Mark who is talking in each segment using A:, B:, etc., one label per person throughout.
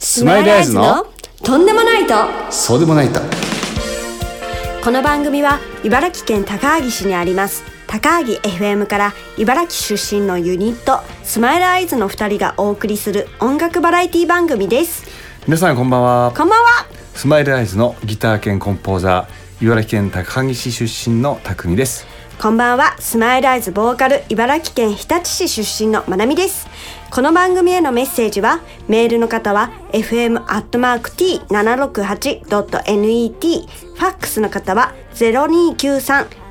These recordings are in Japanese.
A: スマイルアイズの
B: とんでもないと
A: そうでもないと
B: この番組は茨城県高萩市にあります高萩 FM から茨城出身のユニットスマイルアイズの2人がお送りする音楽バラエティ番組です
A: 皆さんこんばんは
B: こんばんは
A: スマイルアイズのギター兼コンポーザー茨城県高萩市出身のたくみです
B: こんばんはスマイルアイズボーカル茨城県日立市出身のまなみですこの番組へのメッセージはメールの方は fm.t768.net ファックスの方は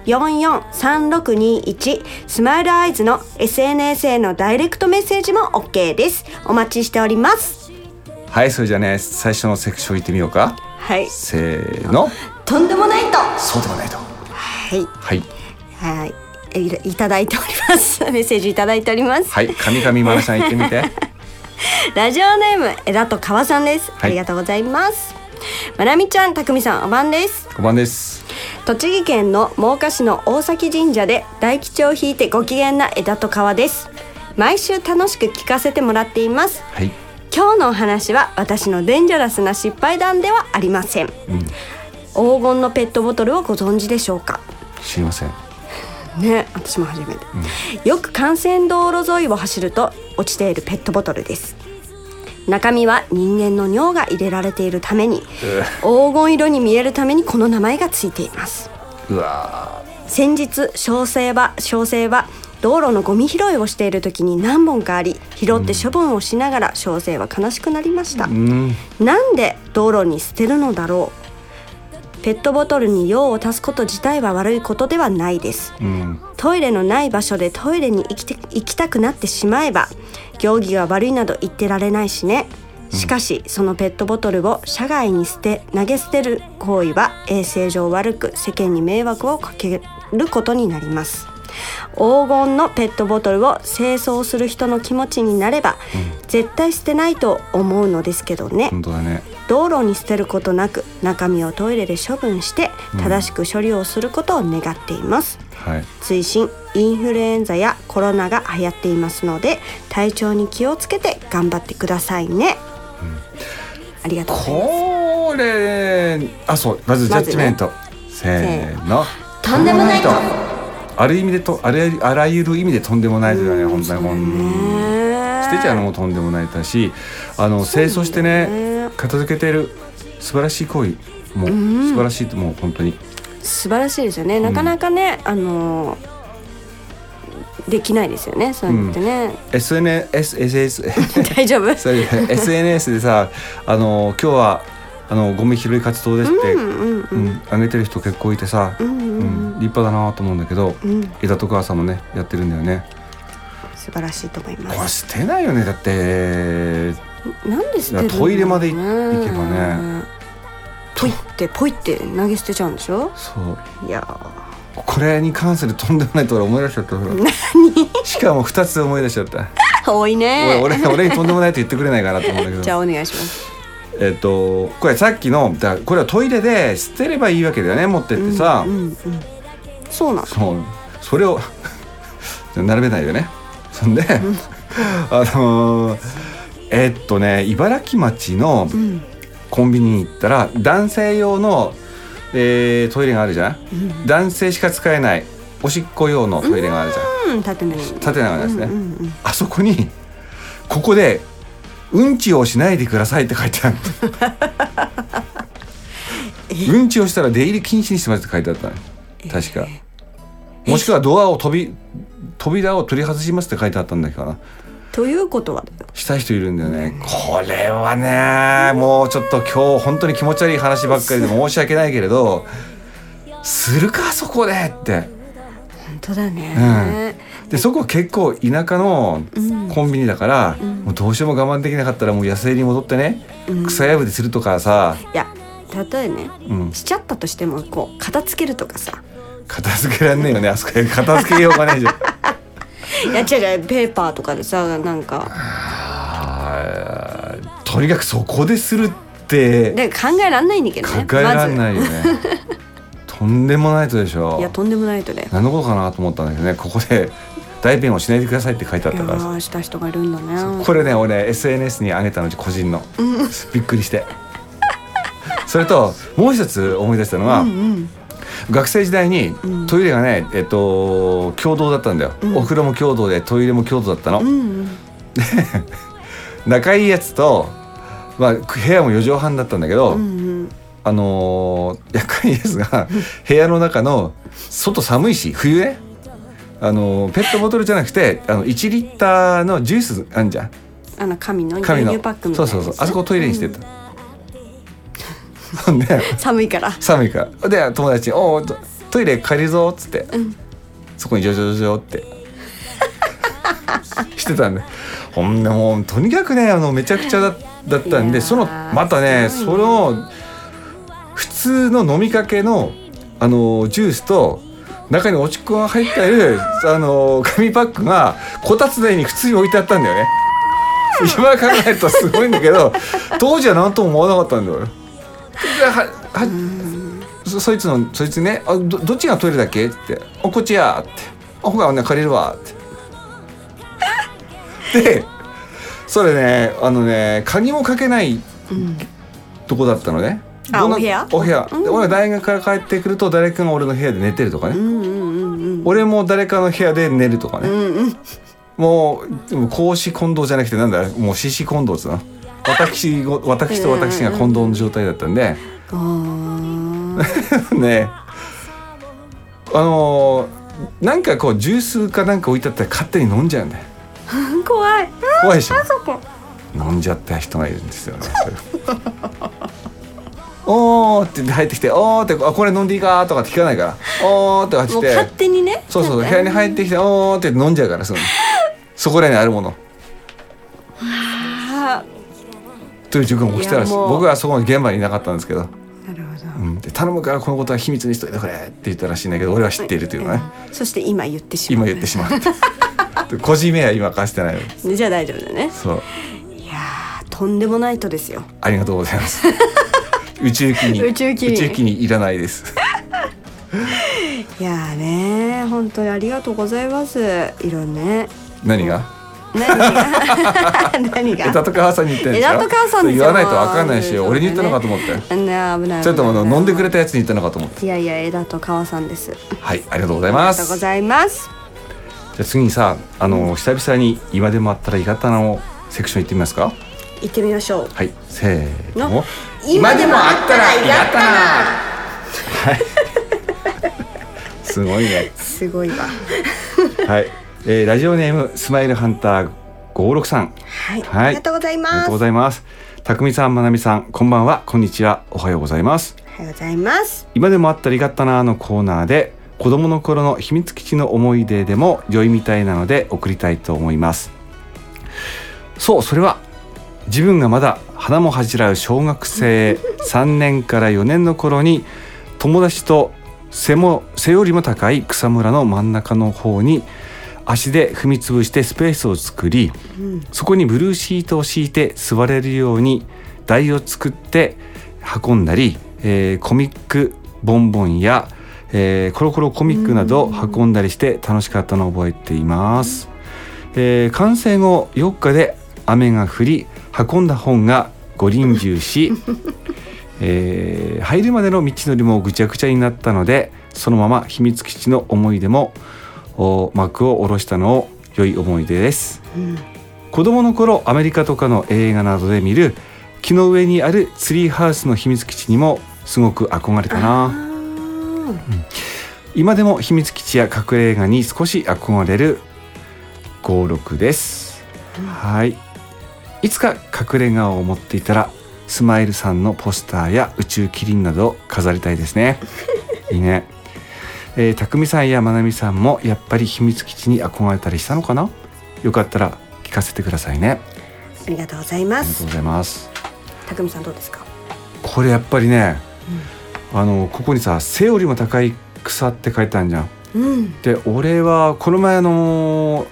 B: 0293-443621スマイルアイズの SNS へのダイレクトメッセージも OK ですお待ちしております
A: はいそれじゃあね最初のセクション行ってみようか
B: はい
A: せーの
B: とんでもないと
A: そうでもないと
B: はい
A: はい
B: はいいいただいておりますメッセージいただいております
A: はい神々まなさん行って みて
B: ラジオネーム枝と川さんです、
A: は
B: あ
A: い
B: りがとうございますまなみちゃんたくみさんおばんです
A: 5番です
B: 栃木県の真岡市の大崎神社で大吉を引いてご機嫌な枝と川です毎週楽しく聞かせてもらっています
A: はい
B: 今日のお話は私のデンジャラスな失敗談ではありません、黄金のペットボトルをご存知でしょうか
A: 知りません
B: ね私も初めて、よく幹線道路沿いを走ると落ちているペットボトルです中身は人間の尿が入れられているために黄金色に見えるためにこの名前がついています
A: うわ
B: 先日小生は小生は道路のゴミ拾いをしている時に何本かあり拾って処分をしながら小生は悲しくなりました、
A: ーうん
B: なんで道路に捨てるのだろうペットボトルに用を足すこと自体は悪いことではないです、
A: うん
B: トイレのない場所でトイレに行きて行きたくなってしまえば行儀が悪いなど言ってられないしねしかしそのペットボトルを車外に捨て投げ捨てる行為は衛生上悪く世間に迷惑をかけることになります黄金のペットボトルを清掃する人の気持ちになれば、絶対捨てないと思うのですけどね、
A: 本当だね
B: 道路に捨てることなく中身をトイレで処分して正しく処理をすることを願っています、
A: はい
B: 追伸インフルエンザやコロナが流行っていますので体調に気をつけて頑張ってくださいね、ありがとうございま
A: これあそうまずジャッジメント、せーの
B: とんでもないと
A: ある意味でとあらゆるあらゆる意味でとんでもないとだね本当にほん
B: す
A: 捨てちゃうのもとんでもないだしあの清掃してね片付けてる素晴らしい行為もう素晴らしいともう本当に
B: 素晴らしいですよねなかなかね、あのーできないですよねそうやってね、
A: SNS SNS
B: 大丈夫
A: それで SNS でさあの今日はあのゴミ拾い活動ですって、うん上げてる人結構いてさ、うん立派だなと思うんだけど、枝と川さんもねやってるんだよね。
B: 素晴らしいと思いま
A: これ
B: す
A: 捨てないよねだって
B: なんで捨てるの
A: トイレまで行行けばね
B: ポイってポイって投げ捨てちゃうんでしょ
A: そう
B: いや
A: これに関するとんでもないと俺思い出しち ゃったほらしかも2つ思い出しちゃった
B: ー多いね
A: 俺俺俺にとんでもないと言ってくれないかなと思うんだけど
B: じゃあお願いします
A: えっとこれさっきのだこれはトイレで捨てればいいわけだよね持ってってさ、
B: うんうんそうなの
A: そうそれを 並べないよねそんで、 あのーえっとね茨城町のコンビニに行ったら男性用の、えートイレがあるじゃん、男性しか使えないおしっこ用のトイレがあるじゃん
B: うん縦目に
A: 縦長ですね、
B: うんうんうん
A: あそこにここでうんちをしないでくださいって書いてあるうんちをしたら出入り禁止にしてますって書いてあったね確かもしくはドアを飛び扉を取り外しますって書いてあったんだけどな
B: ということはだよ
A: したい人いるんだよねこれはねもうちょっと今日本当に気持ち悪い話ばっかりで申し訳ないけれどするかそこでって
B: 本当だね、
A: でそこ結構田舎のコンビニだから、もうどうしても我慢できなかったらもう野生に戻ってね、草やぶでするとかさ、
B: いや例えね、
A: うん
B: しちゃったとしてもこう片付けるとかさ
A: 片付けらんねえよねあそこへ片付けようがないじゃん
B: いや違う違うペーパーとかでさなんか
A: あーとにかくそこでするって
B: で考えらんないんだけどね
A: 考えらんないいよね、とんでもないとでしょ
B: いやとんでもないとね
A: 何のことかなと思ったんだけどねここで大便をしないでくださいって書いてあっ
B: い
A: た
B: や
A: からさ
B: ーした人がいるんだね
A: これね俺 SNS に上げたのうち個人の、びっくりしてそれともう一つ思い出したのは、
B: うん
A: 学生時代にトイレがね、えっと共同だったんだよ、お風呂も共同でトイレも共同だったの、
B: うんうん
A: 仲いいやつと、まあ、部屋も4畳半だったんだけど、
B: うん
A: あのー、仲いいやつが部屋の中の外寒いし冬ねあのーペットボトルじゃなくてあの1リッターのジュースあんじゃん
B: あの紙の牛
A: 紙の
B: 乳パックみた
A: そ
B: いうな
A: そ
B: や
A: うそう
B: つね
A: あそこをトイレにしてた、ほ んで
B: 寒いから
A: 寒いからで友達に「おおトトイレ借りるぞ」っつって、そこにジョジョジョジョって してたんでほんでもうとにかくねあのめちゃくちゃだだったん
B: いやー
A: でそのまたね
B: す
A: そ
B: ごいね
A: の普通の飲みかけのあのジュースと中におちっこが入ってるあの紙パックがこたつ台に普通に置いてあったんだよね。今考えるとすごいんだけど当時は何とも思わなかったんだよ。でははそそいつのそいつねあどどっちがトイレだっけって「あこっちや」って「あほかね借りるわ」っ てでそれねあのね鍵もかけないとこだったのね、
B: あ
A: どんな
B: お部屋
A: お部屋、で俺が大学から帰ってくると誰かが俺の部屋で寝てるとかね、
B: うんうんうん
A: 俺も誰かの部屋で寝るとかね、
B: うんうん
A: もうでも孔子近藤じゃなくてなんだもう獅子近藤っつうの私ご私と私が近藤の状態だったんで、
B: あー
A: ねあのーなんかこうジュースかなんか置いてあったら勝手に飲んじゃうんだよ
B: 怖い
A: 怖いでしょ
B: あそこ
A: 飲んじゃった人がいるんですよねそれ おーって言って入ってきて「おー」ってあ「これ飲んでいいか?」とかって聞かないから「おー」って走
B: も
A: っ
B: う勝
A: て
B: 手にね
A: そうそう部
B: なん
A: 屋
B: か
A: に入ってきて「おー」って飲んじゃうからそのそこらにあるもの
B: あ
A: という状況が起きたらしい
B: いやもう
A: 僕はそこの現場にいなかったんですけど
B: ーなるほど
A: うん、で頼むからこのことは秘密にしといてくれって言ったらしいんだけど俺は知っているというのね
B: そして今言ってしま
A: 今
B: う
A: 言ってしま ったで個人名は今貸してないの
B: じゃあ大丈夫だね
A: そう
B: いやーとんでもないとですよ
A: ありがとうございます宇宙機に
B: 宇宙機に
A: 宇宙機にいらないです
B: いやーねー本当にありがとうございますいろんなね
A: 何が
B: 何が 何が
A: 枝と川さんに言ってんでしょ
B: 枝と川さんです
A: 言
B: よ
A: わないと分かんないし
B: もう
A: 俺に言ったのかと思って
B: あんな危ない
A: ちょっとあの飲んでくれ
B: た
A: たやつに言ったのかと思って
B: いやいや枝と川さんです
A: はいありがとうござい
B: あり
A: ま
B: がとう
A: す
B: ございます
A: じゃあ次にさあの久々に今でもあったらいかったなのセクション行ってみますか
B: 行ってみましょう
A: はいせーの
B: の今でもあったらい
A: が
B: がったな
A: はいすごいね
B: すごいわ
A: はい、えー、ラジオネームスマイルハンター五六三
B: はい、
A: はい
B: ありがとうござい
A: ありが
B: ま
A: と
B: す
A: うございますたくみさんまなみさんこんばんはこんにちはおはようございます
B: おはようございます
A: 今でもあったりがったなのコーナーで子供の頃の秘密基地の思い出でも良いみたいなので送りたいと思いますそうそれは自分がまだ花も恥じらう小学生3年から4年の頃に友達と背も背よりも高い草むらの真ん中の方に足で踏みつぶしてスペースを作り、そこにブルーシートを敷いて座れるように台を作って運んだり、えーコミックボンボンや、えーコロコロコミックなどを運んだりして楽しかったのを覚えています。えー完成後4日で雨が降り運んだ本が五輪中し、 えー入るまでの道のりもぐちゃぐちゃになったのでそのまま秘密基地の思い出もお幕を下ろしたのを良い思い出です。子供の頃アメリカとかの映画などで見る木の上にあるツリーハウスの秘密基地にもすごく憧れたな今でも秘密基地や隠れ映画に少し憧れる56です、はいいつか隠れ家を持っていたらスマイルさんのポスターや宇宙キリンなどを飾りたいですねいいねえー、たくみさんやまなみさんもやっぱり秘密基地に憧れたりしたのかなよかったら聞かせてくださいね
B: ありがとうございま
A: ありがと
B: す
A: うございます。
B: たくみさんどうですか
A: これやっぱりね、あのここにさ「背よりも高い草」って書いてあるじゃん。
B: うん
A: で俺はこの前の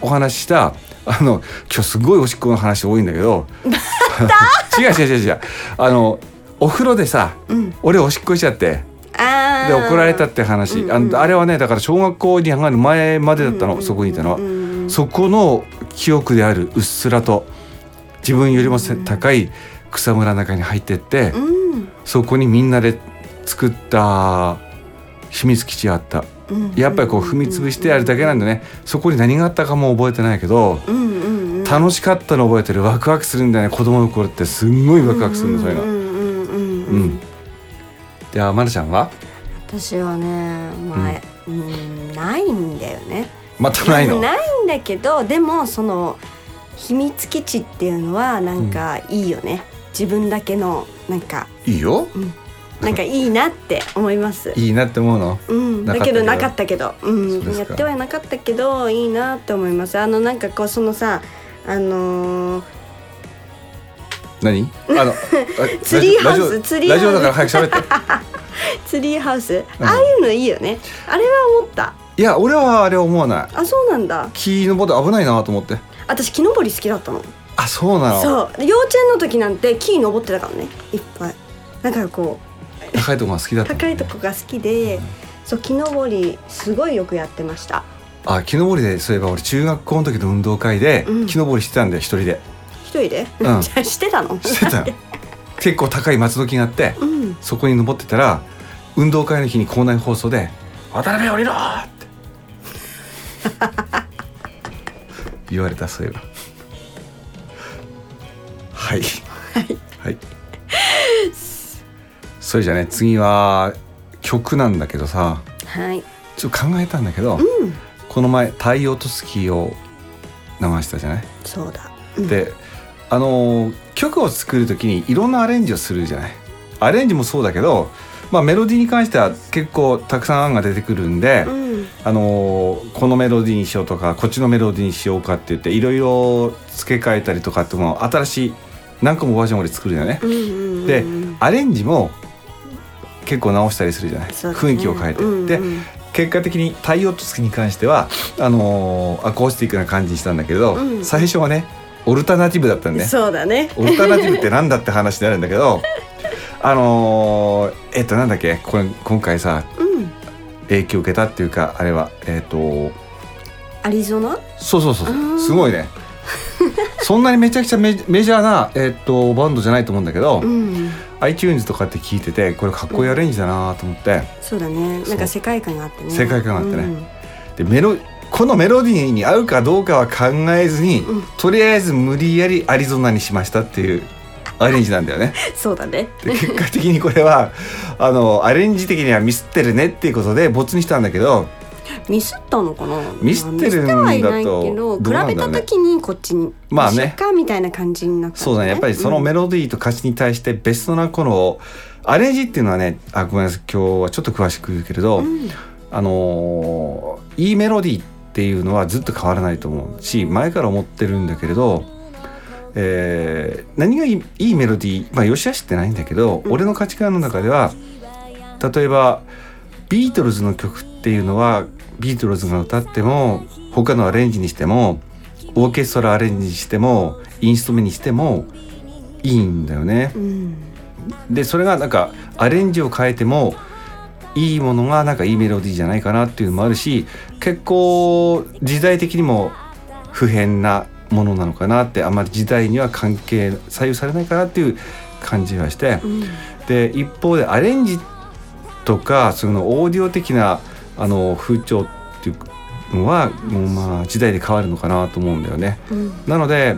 A: お話ししたあの今日すごいおしっこの話多いんだけど 違う違う違う違うあのお風呂でさ
B: うん
A: 俺おしっこしちゃって
B: ああー
A: で怒られたって話、あのあれはねだから小学校に上がる前までだったの、そこにいたのは、そこの記憶であるうっすらと自分よりもせ高い草むらの中に入ってって、
B: うん
A: そこにみんなで作った秘密基地があった
B: うん
A: やっぱりこう踏み潰してやるだけなんでねそこに何があったかも覚えてないけど、
B: うんうんうん
A: 楽しかったの覚えてるワクワクするんだよね子供の頃ってすんごいワクワクするのそういうの。
B: んうんうん
A: う
B: うん
A: ん、ではまるちゃんは
B: 私はね前、うん、ないんだよね
A: またない の
B: ないんだけどでもその秘密基地っていうのはなんかいいよね、自分だけのなんか
A: いいよ
B: なんかいいなって思います
A: いいなって思うの
B: うん、
A: な
B: だ
A: かった
B: け
A: けど
B: どなかったけど、、
A: そううんです
B: やっ
A: か
B: てはいなかったけどいいなって思いますあのなんかこうそのさあのー
A: 何 あの
B: ツリーハウス
A: ラジオ
B: ツリーハウス
A: ラジオだから早く喋って
B: ツリーハウス、
A: うん
B: ああいうのいいよねあれは思った
A: いや俺はあれ思わない
B: あそうなんだ
A: 木のボード危ないなと思って
B: 私木登り好きだったの
A: あそうなの
B: そうで幼稚園の時なんて木登ってたからねいっぱいなんかこう
A: 高いとこが好きだった
B: 高いとこが好きでそう木登りすごいよくやってました
A: あ木登りでそういえば俺中学校の時の運動会で
B: うん
A: 木登りしてたんで一人で
B: 一人で、
A: うん
B: じゃあ して たの
A: してたの結構高い松の木があって
B: うん
A: そこに登ってたら運動会の日に校内放送で「渡辺降りろ!」って言われたそういえばはいはい、それじゃあね次は曲なんだけどさ
B: はい
A: ちょっと考えたんだけど、
B: うん
A: この前「太陽と月」を流したじゃない、
B: そうだ、うん、
A: であのー曲を作る時にいろんなアレンジをするじゃないアレンジもそうだけど、まあ、メロディーに関しては結構たくさん案が出てくるんで、
B: うん
A: あのーこのメロディーにしようとかこっちのメロディーにしようかって言っていろいろ付け替えたりとかってもう新しい何個もバージョン俺作るよね
B: う。んうんうん
A: でアレンジも結構直したりするじゃない、
B: そうだ
A: 雰
B: ね
A: 囲気を変えて。
B: うんうん
A: で結果的に「太陽と月」に関してはあのーアコースティックな感じにしたんだけど、
B: うん
A: 最初はねオルタナティブだったんね
B: そうだね
A: オルタナティブってなんだって話になるんだ けどあのーえっとなんだっけこれ今回さ
B: うん
A: 影響受けたっていうかあれはえっ、と
B: アリゾナ
A: そうそうそう
B: あー
A: そうすご いねそんなにめちゃくちゃメジメジャーな、えっとバンドじゃないと思うんだけど、
B: うん
A: iTunes とかって聞いててこれかっこいいアレンジだなと思って。
B: そうだね
A: そう
B: なんか世界観があってね
A: 世界観があってねでメロこのメロディーに合うかどうかは考えずに、
B: うん
A: とりあえず無理やりアリゾナにしましたっていうアレンジなんだよね。
B: うんそうだね
A: で結果的にこれはあのアレンジ的にはミスってるねっていうことで没にしたんだけど
B: ミスったのかな
A: ミスってるんだと
B: まあミスってはいないけど
A: どうなんだろうね
B: 比べた時にこっちに
A: まあね
B: ミスっかみたいな感じになったん
A: そうだねやっぱりそのメロディーと歌詞に対してベストなこのアレンジっていうのはねあごめんなさい今日はちょっと詳しく言うけれど、
B: うん
A: あのーいいメロディーっていうのはずっと変わらないと思うし前から思ってるんだけれど、えー何がいいいいメロディーまあ良し悪しってないんだけど、
B: うん
A: 俺の価値観の中では例えばビートルズの曲っていうのはビートルズが歌っても他のアレンジにしてもオーケストラアレンジにしてもインストメにしてもいいんだよね。
B: うん
A: でそれがなんかアレンジを変えてもいいものがなんかいいメロディーじゃないかなっていうのもあるし結構時代的にも不変なものなのかなってあんまり時代には関係左右されないかなっていう感じがして
B: うん
A: で一方でアレンジとかそのオーディオ的なあの風潮っていうのはもうまあ時代で変わるのかなと思うんだよね。
B: うん
A: なので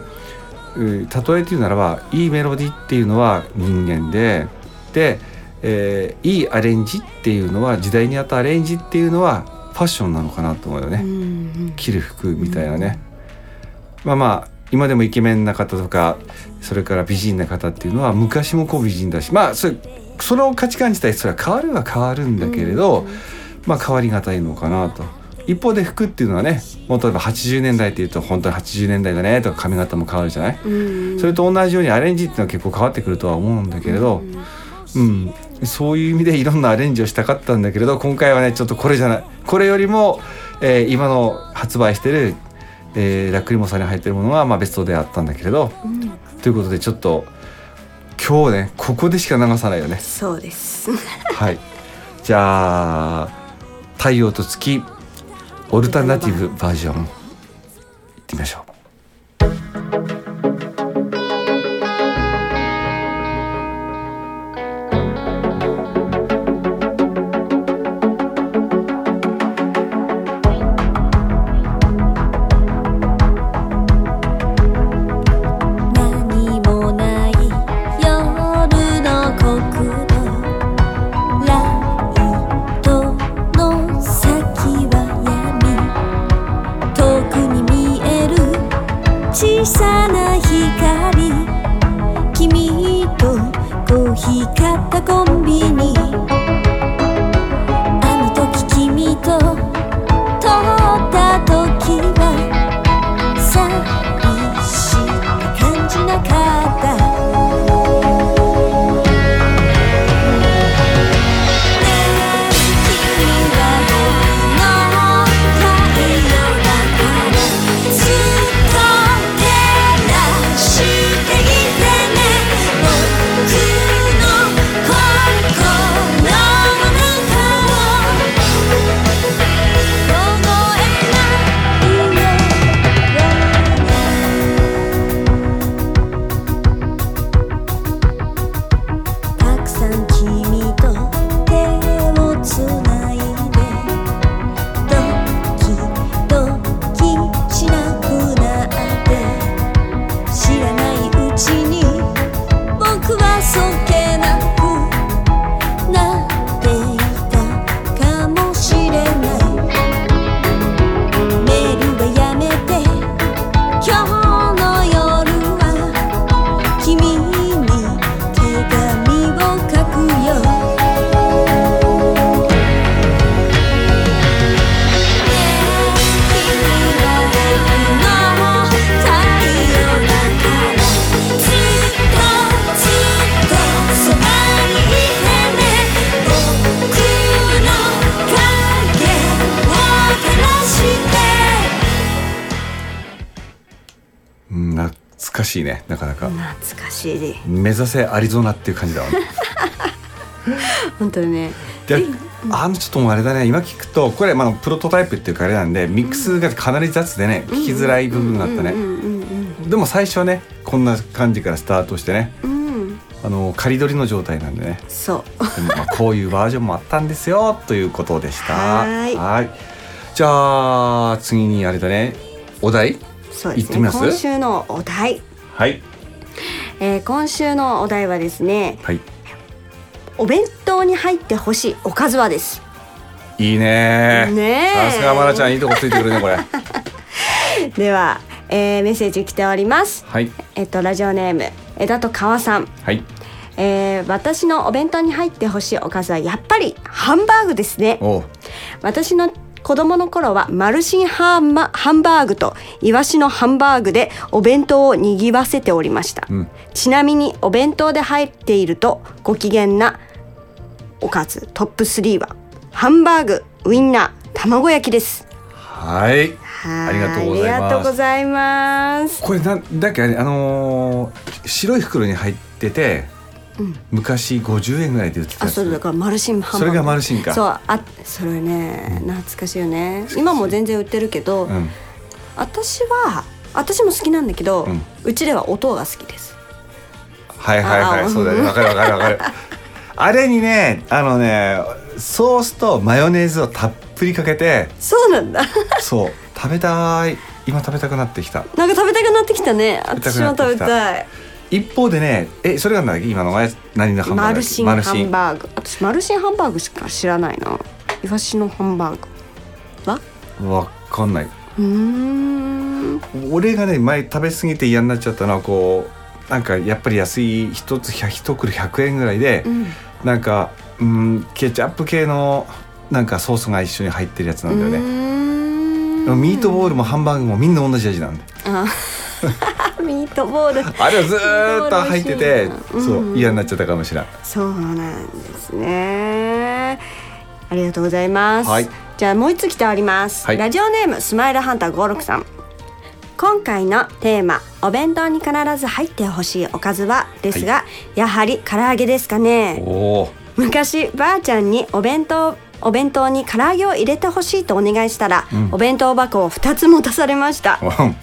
A: うー例えて言うならばいいメロディっていうのは人間でで、えーいいアレンジっていうのは時代に合ったアレンジっていうのはファッションなのかなと思うよ
B: う
A: ね、
B: ん
A: 着る服みたいなね、まあまあ今でもイケメンな方とかそれから美人な方っていうのは昔もこう美人だしまあそれその価値観自体それは変わるは変わるんだけれど、まあ変わりがたいのかなと一方で服っていうのはねもう例えば80年代っていうと本当に80年代だねとか髪型も変わるじゃない
B: うん
A: それと同じようにアレンジっていうのは結構変わってくるとは思うんだけれど、うん、そういう意味でいろんなアレンジをしたかったんだけれど今回はねちょっとこれじゃないこれよりも、えー今の発売してる、えーラクリモサに入ってるものは、まあ、ベストであったんだけれど
B: うん
A: ということでちょっと今日ねここでしか流さないよね。
B: そうです
A: はいじゃあ太陽と月オルタナティブバージョンいってみましょう
C: 何もない夜の国道ライトの先は闇遠くに見える小さな光君とコーヒー買ったコンビニあの時君と通った時は寂しく感じなかった」「ねえ君は僕の太陽だから」「ずっと照らしていてね」「僕の心の中を凍えないよ」たくさん君と手をつないでドキドキしなくなって知らないうちに僕はそけなくなっていたかもしれないメールはやめて今日の夜は君に手紙を書くよ」「ねえ君は僕の太陽だから」「ずっとずっとそばにいてね」「僕の影を照らして」
A: うん懐かしいねなかなか
B: 懐かしい
A: 目指せアリゾナっていう感 じだわね
B: 本当にね
A: であのちょっともうあれだね今聞くとこれまあプロトタイプっていうかあれなんでミックスがかなり雑でね聞きづらい部分があったね
B: うんうん
A: でも最初はねこんな感じからスタートしてね
B: うんうん
A: あの仮取りの状態なん でね
B: そう
A: でもまあこういうバージョンもあったんですよということでした
B: はーい
A: ーいじゃあ次にあれだねお題
B: そうです
A: 行って
B: ね
A: みます
B: 今週のお題、
A: はい
B: えー、今週のお題はですね
A: はい
B: お弁当に入ってほしいおかずはです
A: いいねー
B: ねえ
A: さすがまなちゃんいいとこついてくるねこれは
B: では、えーメッセージ来ております
A: い
B: えっとラジオネーム枝と川さん
A: はい
B: えー私のお弁当に入ってほしいおかずはやっぱりハンバーグですね
A: おう
B: 私の子供の頃はマルシンハンマハンバーグとイワシのハンバーグでお弁当をにぎわせておりました、
A: うん
B: ちなみにお弁当で入っているとご機嫌なおかずトップ3はハンバーグウインナー卵焼きです
A: はい
B: はー
A: ありがとうございます
B: ありがとうございます
A: これなんだっけあれあのー白い袋に入ってて、昔50円ぐらいで売ってた
B: あ
A: や
B: そうだ
A: つ
B: からマルシンハンバーグ
A: それがマルシンか
B: そうあそれね懐かしいよね今も全然売ってるけど、
A: うん、
B: 私は私も好きなんだけど、
A: う
B: うんちでは音が好きです
A: はいはいは
B: あ
A: い
B: ー
A: そうだねわかるわかるわかるあれにねあのねソースとマヨネーズをたっぷりかけて
B: そうなんだ
A: そう食べたい今食べたくなってきた
B: なんか食べたくなってきたね
A: べたく
B: 私も
A: なって
B: 食べ
A: きた
B: たい
A: 一方でねえそれが何だっけ今の前何のハンバー
B: マ
A: グ
B: ルシンハン
A: ー
B: バーグ私マルシンハンバーグしか知らないなイワシのハンバーグは
A: グわかんないう
B: ーん
A: 俺がね前食べ過ぎて嫌になっちゃったのはこうなんかやっぱり安い一つ100一袋100円ぐらいで、
B: うん
A: なんかうんケチャップ系のなんかソースが一緒に入ってるやつなんだよね、でもミートボールもハンバーグもみんな同じ味なんで
B: あ ミートボール
A: あれはずーっと入ってて
B: ミートボール美味しいな
A: そううん嫌になっちゃったかもしれない
B: そうなんですね。ありがとうございます。
A: はい
B: じゃあもう一つ来ております。
A: はい
B: ラジオネームスマイルハンター五六さん。今回のテーマお弁当に必ず入ってほしいおかずはですが、やはり唐揚げですかね。
A: おお
B: 昔ばあちゃんにお弁当お弁当に唐揚げを入れてほしいとお願いしたら、お弁当箱を2つ持たされました
A: うん
B: 1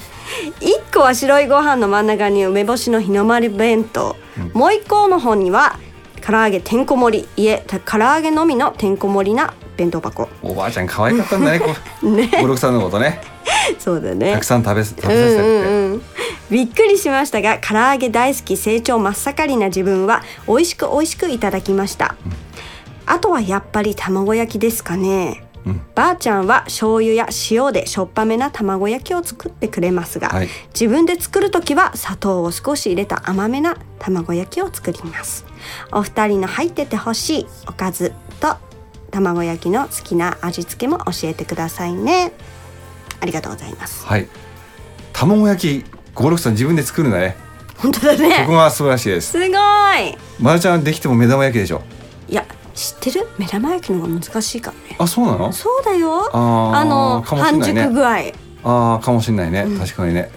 B: 個は白いご飯の真ん中に梅干しの日の丸弁当、もう1個の方には唐揚げてんこ盛りいえ唐揚げのみのてんこ盛りな弁当箱
A: おばあちゃん可愛かったんだねこう
B: ね
A: 五六さんのことね
B: そうだ
A: た
B: ね
A: くさん食べ食べさ
B: う
A: せてって、
B: んうんうんびっくりしましたが唐揚げ大好き成長真っ盛りな自分は美味しく美味しくいただきました、あとはやっぱり卵焼きですかね、ばあちゃんは醤油や塩でしょっぱめな卵焼きを作ってくれますが、
A: はい
B: 自分で作る時は砂糖を少し入れた甘めな卵焼きを作りますお二人の入っててほしいおかずと卵焼きの好きな味付けも教えてくださいねありがとうございます
A: はい卵焼き五六さん自分で作るんだね
B: 本当だ
A: そこ
B: ね
A: が素晴らしいです
B: すごい
A: まるちゃんできても目玉焼きでしょ
B: いや知ってる目玉焼きの方が難しいからね
A: あそうなの
B: そうだよ
A: あー
B: の
A: かもしん
B: 半
A: ないね
B: 熟具合
A: ああかもしれないね、確かにね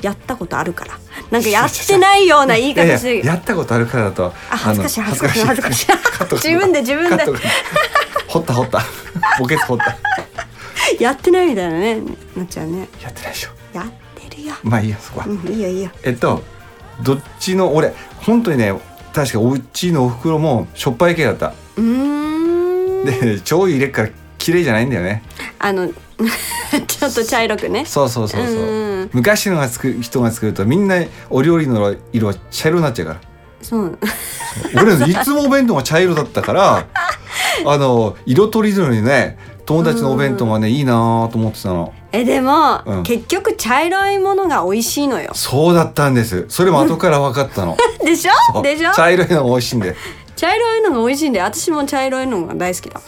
B: やったことあるからなんかやってないような言い
A: いやい
B: 方
A: や
B: する
A: やったことあるからだとあ
B: あ恥ずかしい
A: の
B: 恥ずかしい恥ずかしい
A: カット
B: 自分で自分で
A: カット掘った掘ったボケツ掘った
B: やってないみたいなねなっちゃうね
A: やってないでしょ
B: やってるよ
A: まあいいやそこは、
B: うんいいよいいよ
A: えっとどっちの俺本当にね確かおうちのお袋もしょっぱい系だった
B: うーん
A: で醤油入れっから綺麗じゃないんだよね
B: あの ちょっと茶色くね
A: そうそうそうそう、
B: うん
A: 昔のが作る人が作るとみんなお料理の色は茶色になっちゃうから
B: そう
A: 俺いつもお弁当が茶色だったから あの色とりどりのね友達のお弁当がねいいなと思ってたの
B: えでも、
A: うん
B: 結局茶色いものが美味しいのよ
A: そうだったんですそれも後から分かったの
B: でしょ でしょ
A: 茶色いのが美味しいんで
B: 茶色いのが美味しいんで私も茶色いのが大好きだ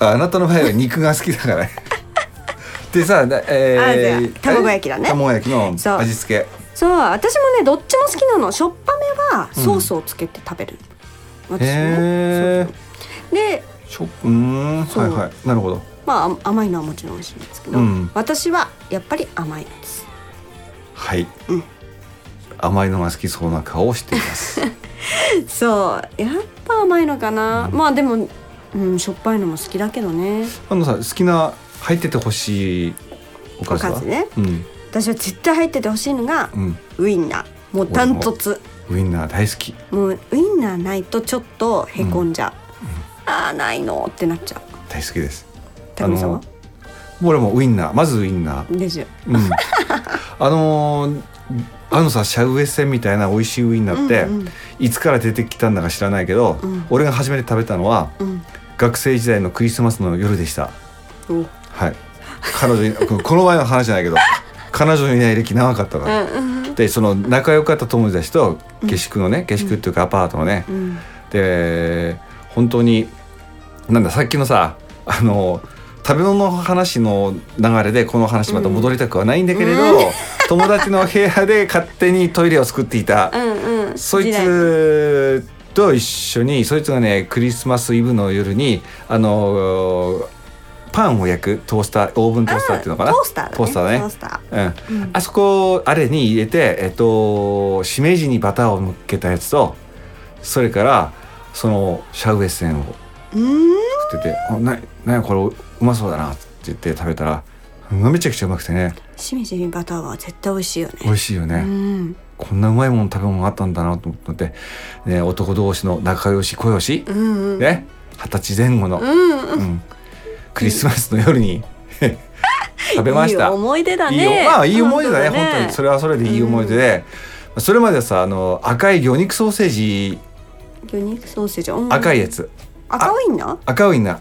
A: ああなたの場合は肉が好きだ からねでさ、なえ
B: あじゃあ卵焼きだね
A: 卵焼きの
B: そう
A: 味付け
B: そう私もねどっちも好きなのしょっぱめはソースをつけて食べる、私ね
A: へえ
B: そうで
A: しょうーん
B: そう
A: はいはいなるほど
B: まああ甘いのはもちろん美味しいんですけど、
A: うん
B: 私はやっぱり甘いです
A: はい、甘いのが好きそうな顔をしています
B: そうやっぱ甘いのかな、まあでも、うん、しょっぱいのも好きだけどね
A: あのさ好きな入っててほしいおかずは
B: おかずね
A: うん
B: 私は絶対入っててほしいのが、
A: うん
B: ウインナーもうダントツ
A: ウインナー大好き
B: もうウインナーないとちょっとへこんじゃう、ああないのってなっちゃう
A: 大好きです
B: タミさんは
A: あの俺もウインナーまずウインナー、
B: ですよ
A: うん、あのーあのさシャウエッセンみたいな美味しいウインナーって、
B: うんうん
A: いつから出てきたんだか知らないけど、
B: うん
A: 俺が初めて食べたのは
B: うん
A: 学生時代のクリスマスの夜でした
B: おうん
A: はい彼女にこのこの前の話じゃないけど彼女のいない歴長かったから、
B: うん
A: でその仲良かった友達と下宿のね下宿っていうかアパートのね、
B: うん
A: で本当になんださっきのさあの食べ物の話の流れでこの話また戻りたくはないんだけれど、友達の部屋で勝手にトイレを作っていた、
B: うんうん
A: そい
B: 時代
A: つと一緒にそいつがねクリスマスイブの夜にあのパンを焼くトースターオーブントースターっていうのかな
B: トースターだね
A: トースターね
B: トースター
A: うんあそこあれに入れて、えっと、しめじにバターを乗っけたやつとそれからそのシャウエッセンを
B: うん
A: 作ってて「あななにこれうまそうだな」って言って食べたらめちゃくちゃうまくてね
B: しみじみバターは絶対美味しいよね
A: 美味しいよね、
B: うん
A: こんなうまいもの食べ物があったんだなと思って、ね、男同士の仲良し小良し、
B: うんうん
A: ね二十歳前後の、
B: うん
A: うんクリスマスの夜に 食べまし
B: い
A: た。
B: い思い出だね
A: いいよまあいい思い出だね
B: うん
A: 本当にそれはそれでいい思い出で、それまではさあの赤い魚肉ソーセージ
B: 魚肉ソーセージうん
A: 赤いやつ、
B: 赤ウインナー
A: 赤ウインナー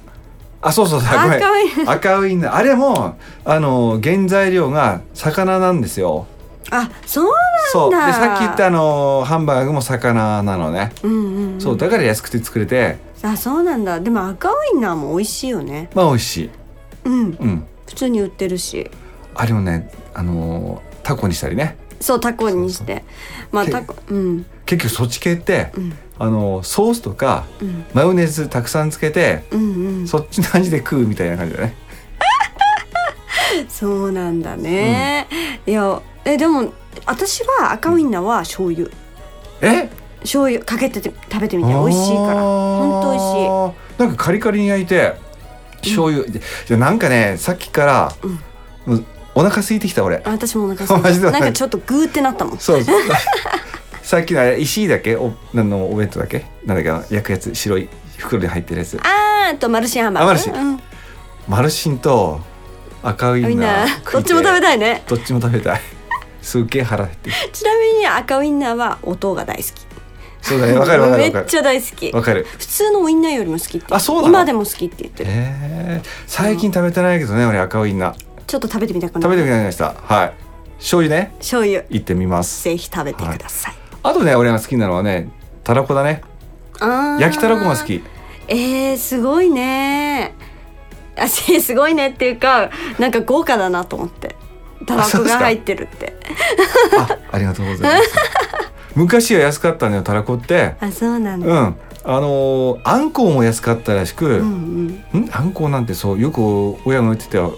A: あそうそうそうごめん
B: 赤ウインナ
A: 赤ウインナーあれもあの原材料が魚なんですよ
B: あそう
A: そうで
B: なんだ
A: さっき言ったあのハンバーグも魚なのね、
B: うんうんん
A: そうだから安くて作れて
B: あそうなんだでも赤ウインナーも美味しいよね
A: まあ美味しい
B: うん
A: うん
B: 普通に売ってるし
A: あれもねあのタコにしたりね
B: そうタコにしてまあ
A: け
B: タコうん
A: 結局そっち系って、
B: うん
A: あのソースとか
B: うん
A: マヨネーズたくさんつけて
B: うんうん
A: そっちの味で食うみたいな感じだね。
B: そうなんだね、いやえでも私は赤ウインナーは醤油
A: え
B: 醤油かけてて食べてみて美味しいから本当美味しい
A: しいなんかカリカリに焼いて醤油、ででなんかねさっきから、もうお腹空いてきた俺
B: あ私もお腹空いた
A: マジで
B: なんかちょっとグーってなったもん
A: そう さっきのあれ石井だけおなんのお弁当だけなんだっけな焼くやつ白い袋に入ってるやつ
B: あーとマルシンハンバーグ
A: あマルシン
B: うん
A: マルシンと赤ウイ
B: み
A: ン
B: ん
A: ナ
B: な
A: ー
B: どっちも食べ
A: い
B: たいね
A: どっちも食べたいすっげえ腹減ってる
B: ちなみに赤ウインナーは音が大好き
A: そうだねわかるわかるわ
B: め
A: か
B: っ
A: る
B: ちゃ大好き
A: わかる
B: 普通のウインナーよりも好きって言って
A: あそうなの
B: 今でも好きって言ってる
A: えー、最近食べてないけどね俺赤ウインナー
B: ちょっと食べてみたくな
A: 食べ
B: る
A: てくれましたはい醤油ね
B: 醤油
A: いってみます
B: ぜひ食べてください、
A: あとね俺が好きなのはねたらこだね
B: あー
A: 焼きたらこが好き
B: えー、すごいねあしすごいねっていうかなんか豪華だなと思ってたら
A: あそ
B: こ
A: うです
B: が
A: か
B: 入ってるって
A: あありがとうございます 昔は安かったのよたらこって
B: あそうなん
A: うん
B: だ、
A: あのーあんこうも安かったらしく、
B: うん、うん
A: んあんこうなんてそうよく親が言ってたよ、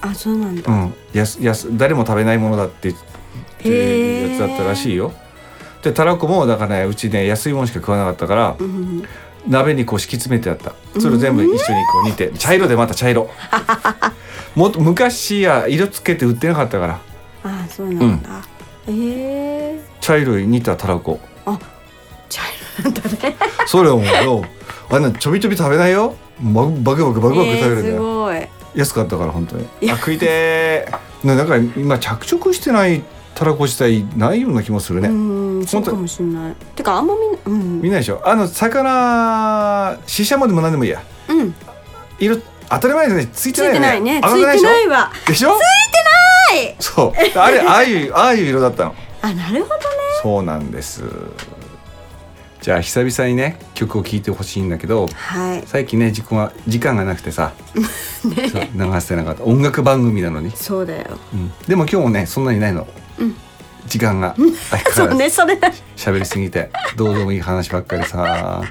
B: あそうなん
A: う
B: だ、
A: ん、やすやす誰も食べないものだってっていうやつだったらしいよでたらこもだからねうちね安いものしか食わなかったから、
B: うん、
A: 鍋にこう敷き詰めてあったそれを全部一緒にこう煮て茶色でまた 茶色もっと昔や色つけて売ってなかったから
B: あそうなんだ、えー、
A: 茶色い煮たたらこ
B: 茶色なんだね
A: それをもうよあんなちょびちょび食べないよバクバクバクバクバク食べるんだ
B: えー、す
A: よ、
B: ごい
A: 安かったから本当に
B: いや
A: あ食いてーなだから今着色してないたらこ自体ないような気もするね、
B: うんそうかもしれないてかあんまみん
A: 見
B: な
A: ないでしょあの魚シシャモでも何でもいいや
B: うん、うん、
A: 色当たり前ですねつい
B: つ
A: てない
B: いて
A: よ
B: ないね
A: ね
B: つ
A: 赤く
B: い
A: で
B: て
A: しょ
B: ないわ
A: でしょついてないそうあれああいうああいう色だったの
B: あなるほどね
A: そうなんですじゃあ久々にね曲を聴いてほしいんだけど
B: はい
A: 最近ね時間は時間がなくて さ、そう流せなかった音楽番組なのに、
B: そうだよ
A: うんでも今日もねそんなにないの、
B: うん
A: 時間が相 変
B: そ
A: わ
B: う
A: らず
B: ねそれだ
A: 喋りすぎてどうでもいい話ばっかりさ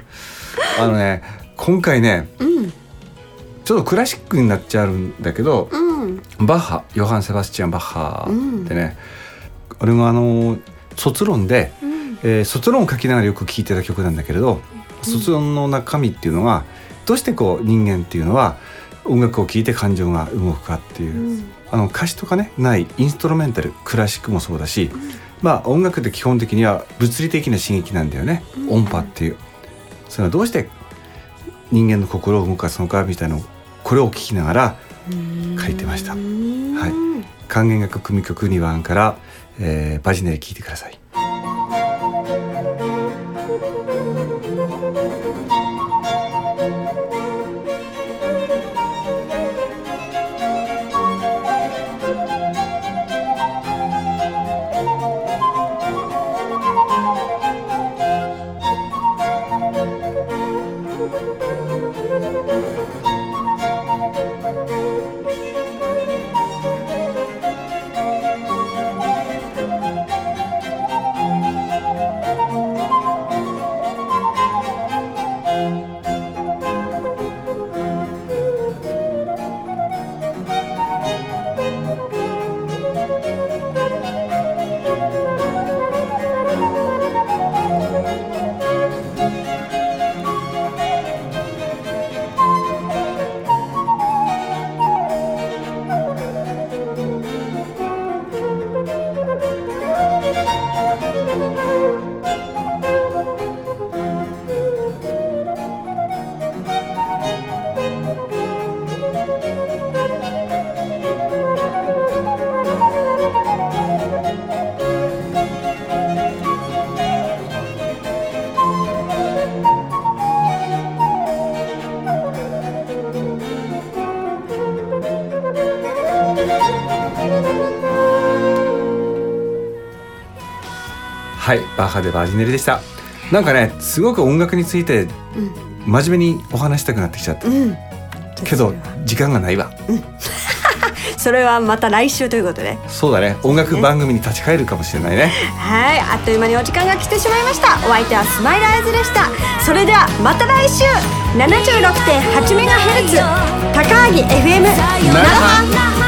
A: あのね今回ね
B: うん
A: ちょっとクラシックになっちゃうんだけど、
B: うん
A: バッハヨハン・セバスチャン・バッハってね、俺もあの卒論で、
B: うん
A: えー卒論を書きながらよく聴いてた曲なんだけれど、卒論の中身っていうのはどうしてこう人間っていうのは音楽を聴いて感情が動くかっていう、
B: うん
A: あの歌詞とかねないインストルメンタルクラシックもそうだし、まあ音楽って基本的には物理的な刺激なんだよね、
B: うん
A: 音波っていうそれはどうして人間の心を動かすのかみたいなのをこれを聞きながら書いてましたはい
B: い
A: 管弦楽組曲2番から、えーバジネリ聴いてください。はいバッハでバジネリでしたなんかねすごく音楽について真面目にお話したくなってきちゃった、
B: うん
A: けど時間がないわ
B: それはまた来週ということで
A: そうだね音楽番組に立ち返るかもしれないね
B: はいあっという間にお時間が来てしまいましたお相手はスマイルアイズでしたそれではまた来週 76.8MHz 高萩 FM 奈良
C: さよなら